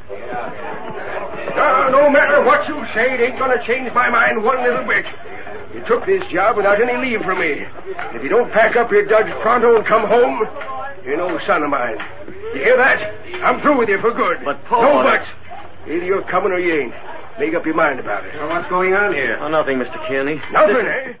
Ah, you said ain't going to change my mind one little bit. You took this job without any leave from me. If you don't pack up your duds pronto and come home, you're no son of mine. You hear that? I'm through with you for good. But, Paul, No I- buts. Either you're coming or you ain't. Make up your mind about it. what's going on here? Oh, nothing, Mr. Kearney. Nothing, This- eh?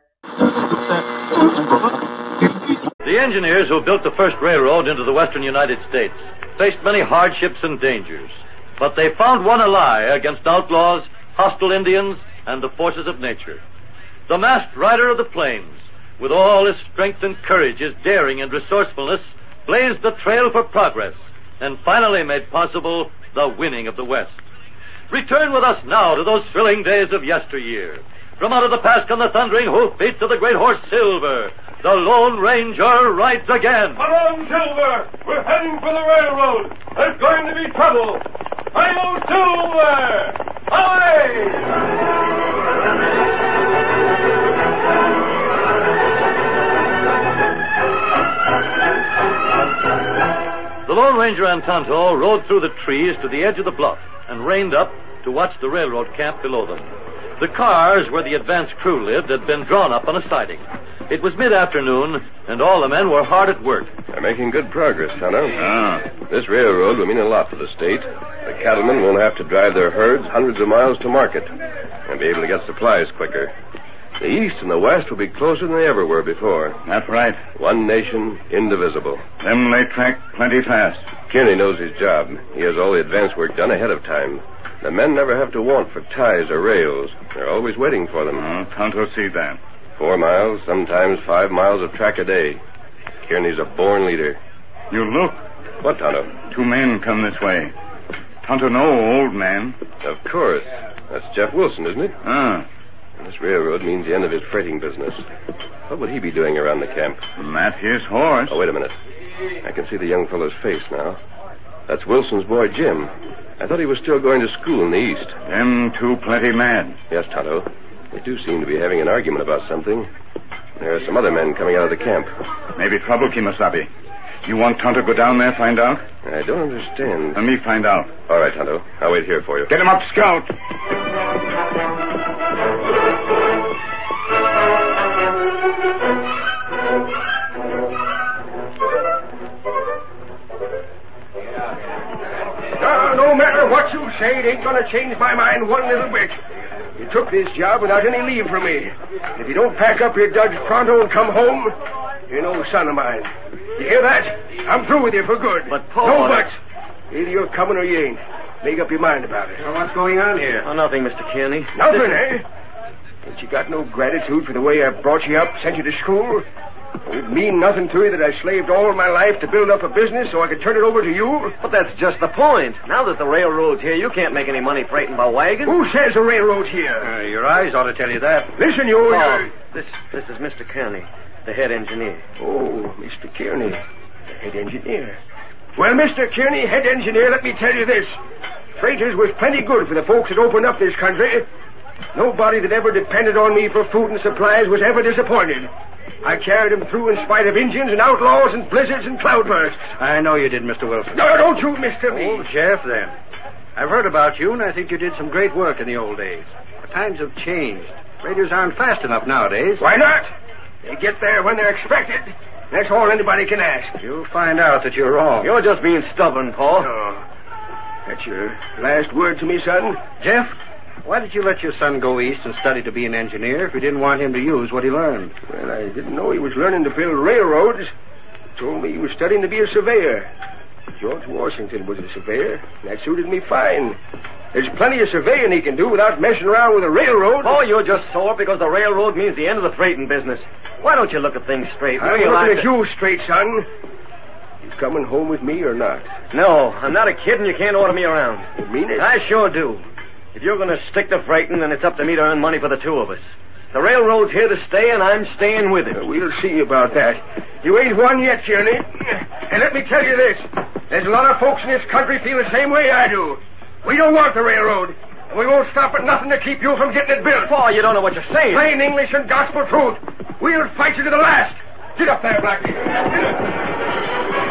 The engineers who built the first railroad into the western United States faced many hardships and dangers, but they found one ally against outlaws, hostile Indians, and the forces of nature. The masked rider of the plains, with all his strength and courage, his daring and resourcefulness, blazed the trail for progress and finally made possible the winning of the West. Return with us now to those thrilling days of yesteryear. From out of the past come the thundering hoofbeats of the great horse Silver. The Lone Ranger rides again. Come on, Silver! We're heading for the railroad! There's going to be trouble! I know Silver! Away! The Lone Ranger and Tonto rode through the trees to the edge of the bluff and reined up to watch the railroad camp below them. The cars where the advance crew lived had been drawn up on a siding. It was mid afternoon, and all the men were hard at work. They're making good progress, Tonto. Ah. This railroad will mean a lot for the state. The cattlemen won't have to drive their herds hundreds of miles to market and be able to get supplies quicker. The east and the west will be closer than they ever were before. That's right. One nation, indivisible. Them they track plenty fast. Kearney knows his job. He has all the advance work done ahead of time. The men never have to want for ties or rails. They're always waiting for them. Oh, Tonto see that. Four miles, sometimes five miles of track a day. Kearney's a born leader. You look. What, Tonto? Two men come this way. Tonto know old man. Of course. That's Jeff Wilson, isn't it? Ah, This railroad means the end of his freighting business. What would he be doing around the camp? that here's horse. Oh, wait a minute. I can see the young fellow's face now. That's Wilson's boy, Jim. I thought he was still going to school in the East. Them two plenty mad. Yes, Tonto. They do seem to be having an argument about something. There are some other men coming out of the camp. Maybe trouble, Kimasabi. You want Tonto go down there, find out? I don't understand. Let me find out. All right, Tonto. I'll wait here for you. Get him up, Scout. No, Ah, no matter what you say, it ain't gonna change my mind one little bit. You took this job without any leave from me. If you don't pack up your duds pronto and come home, you're no son of mine. You hear that? I'm through with you for good. But, Paul, No I- buts. Either you're coming or you ain't. Make up your mind about it. what's going on here? Oh, nothing, Mr. Kearney. Nothing, eh? Ain't you got no gratitude for the way I brought you up, sent you to school? It'd mean nothing to you that I slaved all my life to build up a business so I could turn it over to you? But that's just the point. Now that the railroad's here, you can't make any money freighting by wagon. Who says the railroad's here? Uh, your eyes ought to tell you that. Listen, you. Oh, this this is Mr. Kearney, the head engineer. Oh, Mr. Kearney, head engineer. Well, Mr. Kearney, head engineer, let me tell you this. Freighters was plenty good for the folks that opened up this country. Nobody that ever depended on me for food and supplies was ever disappointed. I carried 'em through in spite of Indians and outlaws and blizzards and cloudbursts. I know you did, Mr. Wilson. No, don't you, Mr. Me. Old Jeff, then. I've heard about you, and I think you did some great work in the old days. The times have changed. Raiders aren't fast enough nowadays. Why not? They get there when they're expected. That's all anybody can ask. You'll find out that you're wrong. You're just being stubborn, Paul. Oh, that's your last word to me, son? Jeff, why did you let your son go east and study to be an engineer if you didn't want him to use what he learned? Well, I didn't know he was learning to build railroads. Told me he was studying to be a surveyor. George Washington was a surveyor. and That suited me fine. There's plenty of surveying he can do without messing around with a railroad. Paul, Oh, you're just sore because the railroad means the end of the freighting business. Why don't you look at things straight? and I'm realize looking at that- you straight, son. You coming home with me or not? No, I'm not a kid, and you can't order me around. You mean it? I sure do. If you're going to stick to freighting, then it's up to me to earn money for the two of us. The railroad's here to stay, and I'm staying with it. Uh, We'll see about that. You ain't won yet, Kearney. And let me tell you this. There's a lot of folks in this country feel the same way I do. We don't want the railroad. And we won't stop at nothing to keep you from getting it Uh, built. Paul, you don't know what you're saying. Plain English and gospel truth. We'll fight you to the last. Get up there, Blackie. Get up.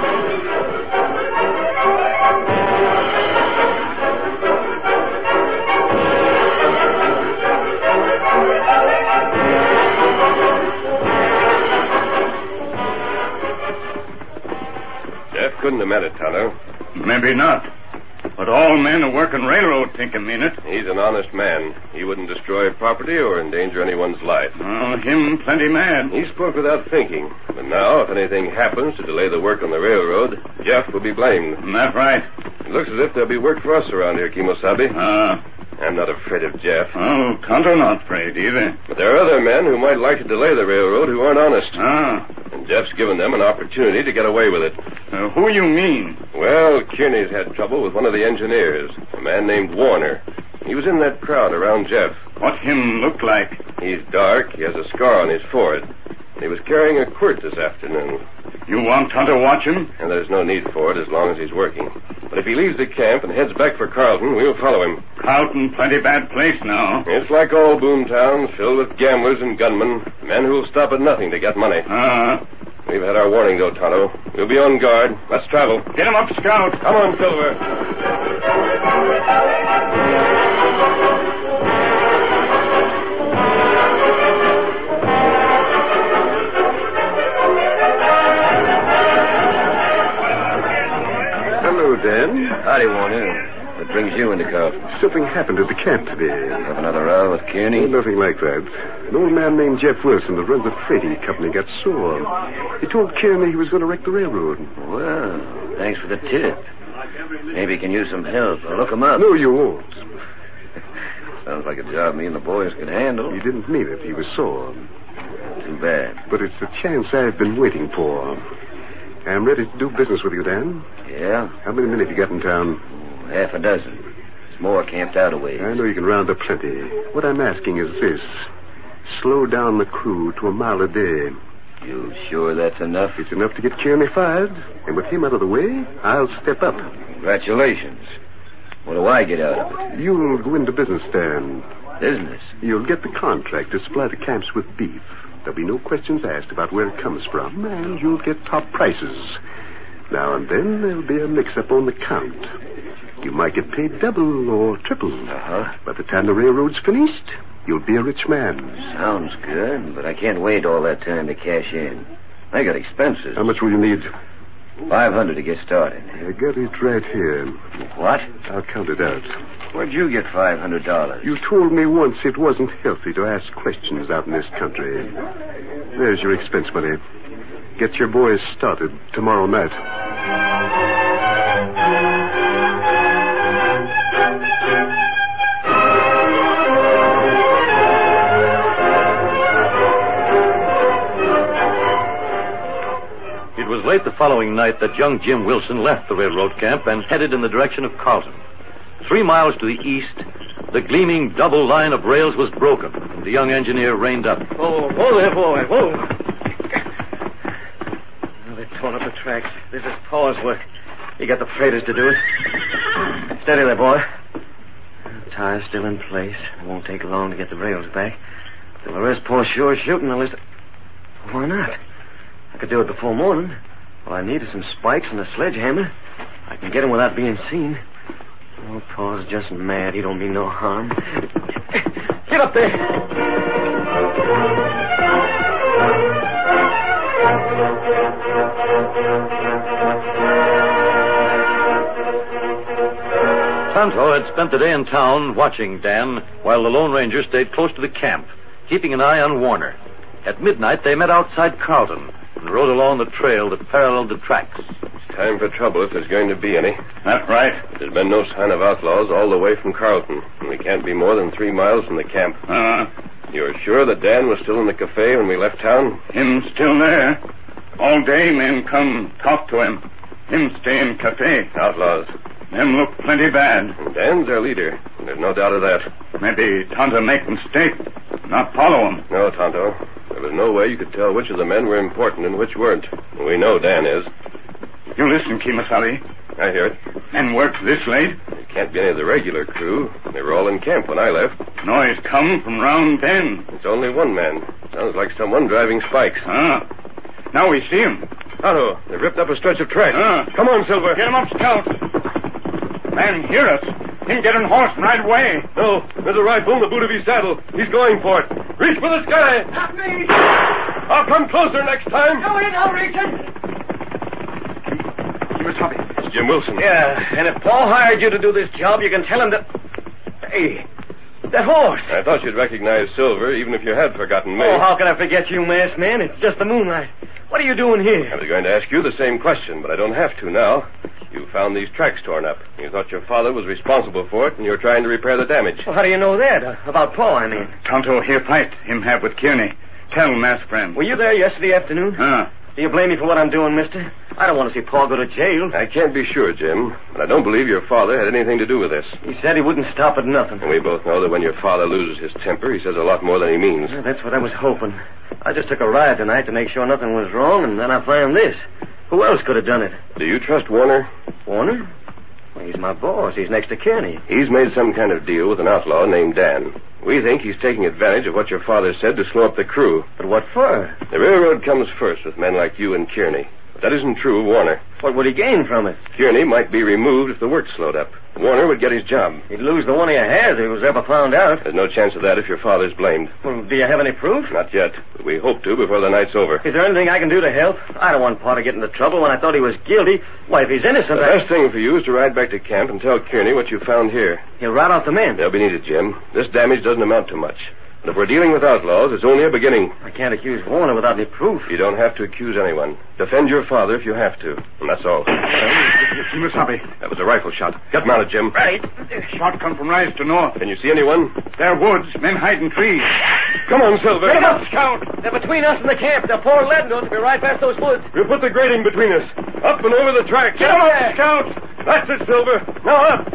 Jeff couldn't have meant it, Tonto. Maybe not. But all men who work in railroad think him mean it. He's an honest man. He wouldn't destroy property or endanger anyone's life. Well, him plenty mad. He spoke without thinking. But now, if anything happens to delay the work on the railroad, Jeff will be blamed. Mm, That's right. It looks as if there'll be work for us around here, Kimosabe. Ah, Oh. I'm not afraid of Jeff. well, Tonto not afraid either. But there are other men who might like to delay the railroad who aren't honest. Ah, And Jeff's given them an opportunity to get away with it. uh, who you mean? Well, Kearney's had trouble with one of the engineers, a man named Warner. He was in that crowd around Jeff. What him look like? He's dark, he has a scar on his forehead. And he was carrying a quirt this afternoon, You want Tonto watch him? and there's no need for it as long as he's working. But if he leaves the camp and heads back for Carlton, we'll follow him. Carlton plenty bad place now. It's like all boom towns, filled with gamblers and gunmen, men who'll stop at nothing to get money. Ah, We've had our warning, though, Tonto. We'll be on guard. Let's travel. get him up, Scout. Come on, Silver. Hello, Dan. Howdy, Warner. What brings you into Carlton? Something happened at the camp today. Have another row with Kearney? Nothing like that. An old man named Jeff Wilson that runs a freighting company got sore. He told Kearney he was going to wreck the railroad. Well, thanks for the tip. Maybe you can use some help. I'll look him up. No, you won't. Sounds like a job me and the boys could handle. He didn't mean it. He was sore. Too bad. But it's the chance I've been waiting for. I'm ready to do business with you, Dan. Yeah? How many men have you got in town? Half a dozen. There's more camped out away. I know you can round up plenty. What I'm asking is this. Slow down the crew to a mile a day. You sure that's enough? It's enough to get Kearney fired. And with him out of the way, I'll step up. Congratulations. What do I get out of it? You'll go into business, Dan. Business. You'll get the contract to supply the camps with beef. There'll be no questions asked about where it comes from, and you'll get top prices. Now and then there'll be a mix-up on the count. You might get paid double or triple. Uh-huh. By the time the railroad's finished, you'll be a rich man. Sounds good, but I can't wait all that time to cash in. I got expenses. Um, How much will you need? Five hundred to get started. I got it right here. What? I'll count it out. Where'd you get five hundred dollars? You told me once it wasn't healthy to ask questions out in this country. There's your expense money. Get your boys started tomorrow night. late the following night that young Jim Wilson left the railroad camp and headed in the direction of Carlton. Three miles to the east, the gleaming double line of rails was broken. and The young engineer reined up. Whoa, whoa there, boy, whoa. Well, they've torn up the tracks. This is Paul's work. He got the freighters to do it. Steady there, boy. Tire's still in place. It won't take long to get the rails back. They'll arrest Paul sure shooting unless. Why not? I could do it before morning. All I need is some spikes and a sledgehammer. I can get him without being seen. Oh, Paul's just mad. He don't mean no harm. Get up there. Tonto had spent the day in town watching Dan while the Lone Ranger stayed close to the camp, keeping an eye on Warner. At midnight, they met outside Carlton and rode along the trail that paralleled the tracks. It's time for trouble if there's going to be any. That right? There's been no sign of outlaws all the way from Carlton, and we can't be more than three miles from the camp. Uh, You're sure that Dan was still in the cafe when we left town? him still there. All day men come talk to him. Him stay in cafe. Outlaws. Them look plenty bad. And Dan's their leader. and There's no doubt of that. Maybe Tonto make mistake. Not follow him. No, Tonto. There was no way you could tell which of the men were important and which weren't. We know Dan is. You listen, Kimasabi. I hear it. Men work this late. It can't be any of the regular crew. They were all in camp when I left. Noise come from round bend. It's only one man. Sounds like someone driving spikes. Ah. Now we see him. Tonto, they've ripped up a stretch of track. Ah. Come on, Silver. Get him up, Scout. Man, hear us. Him get on horse right away. No, there's a rifle in the boot of his saddle. He's going for it. Reach for the sky. Not me. I'll come closer next time. Go in, I'll reach him. Kimasabi. It's Jim Wilson. Yeah, and if Paul hired you to do this job, you can tell him that. Hey, that horse. I thought you'd recognize Silver, even if you had forgotten me. Oh, how can I forget you, masked man? It's just the moonlight. What are you doing I here? was going to ask you the same question, but I don't have to now. You found these tracks torn up. You thought your father was responsible for it, and you're trying to repair the damage. Well, how do you know that? Uh, about Paul, I mean. Tonto hear fight him have with Kearney. Tell mass friend. Were you there yesterday afternoon? Ah. Do you blame me for what I'm doing, mister? I don't want to see Paul go to jail. I can't be sure, Jim, but I don't believe your father had anything to do with this. He said he wouldn't stop at nothing. And we both know that when your father loses his temper, he says a lot more than he means. Well, that's what I was hoping. I just took a ride tonight to make sure nothing was wrong, and then I found this. Who else could have done it? Do you trust Warner? Warner? Well, he's my boss. He's next to Kearney. He's made some kind of deal with an outlaw named Dan. We think he's taking advantage of what your father said to slow up the crew. But what for? The railroad comes first with men like you and Kearney. But that isn't true of Warner. What would he gain from it? Kearney might be removed if the work slowed up. Warner would get his job. He'd lose the one he has if he was ever found out. There's no chance of that if your father's blamed. Well, do you have any proof? Not yet. but We hope to before the night's over. Is there anything I can do to help? I don't want Pa to get into trouble when I thought he was guilty. Why, if he's The innocent, I... best thing for you is to ride back to camp and tell Kearney what you found here. he'll rout out the men. They'll be needed, Jim. This damage doesn't amount to much. But if we're dealing with outlaws, it's only a beginning. I can't accuse Warner without any proof. You don't have to accuse anyone. Defend your father if you have to. And that's all. Kimasabi. That was a rifle shot. Get mounted, Jim. Right. Shot come from rise to north. Can you see anyone? There woods. Men hide in trees. Come on, Silver. Get 'em up, Scout! They're between us and the camp. They'll pour lead into us if we ride past those woods. We'll put the grating between us. Up and over the track. Get 'em up, Scout. That's it, Silver. Now up.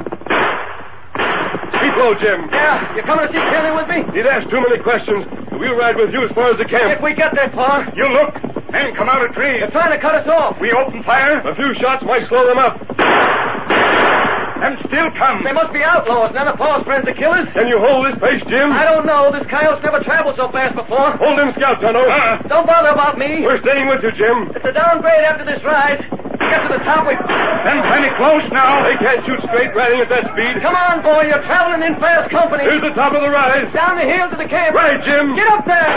Keep low, Jim. Yeah, you coming to see Kelly with me? He'd asked too many questions. We'll ride with you as far as the camp. If we get there, Pa, You look. Men come out of trees. they're trying to cut us off. We open fire. A few shots might slow them up. Them still come. They must be outlaws. None of Paul's friends are killers. Can you hold this pace, Jim? I don't know. This coyote's never traveled so fast before. Hold him, Scout Tonto. Uh-uh. Don't bother about me. We're staying with you, Jim. It's a downgrade after this ride. Get to the top, we... Them plenty close now. They can't shoot straight riding at that speed. Come on, boy. You're traveling in fast company. Here's the top of the rise. Down the hill to the camp. Right, Jim. Get up there.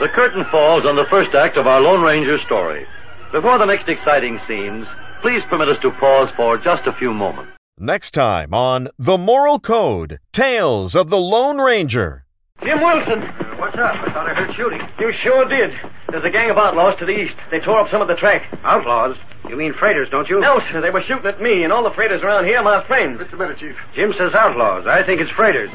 The curtain falls on the first act of our Lone Ranger story. Before the next exciting scenes, please permit us to pause for just a few moments. Next time on The Moral Code Tales of the Lone Ranger. Jim Wilson. What's up? I thought I heard shooting. You sure did. There's a gang of outlaws to the east. They tore up some of the track. Outlaws? You mean freighters, don't you? No, sir. They were shooting at me, and all the freighters around here are my friends. Just a minute, Chief. Jim says outlaws. I think it's freighters.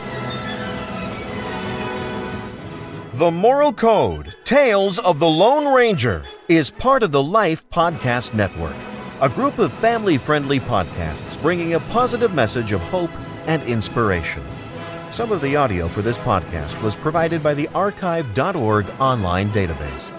The Moral Code Tales of the Lone Ranger is part of the Life Podcast Network, a group of family friendly podcasts bringing a positive message of hope and inspiration. Some of the audio for this podcast was provided by the archive.org online database.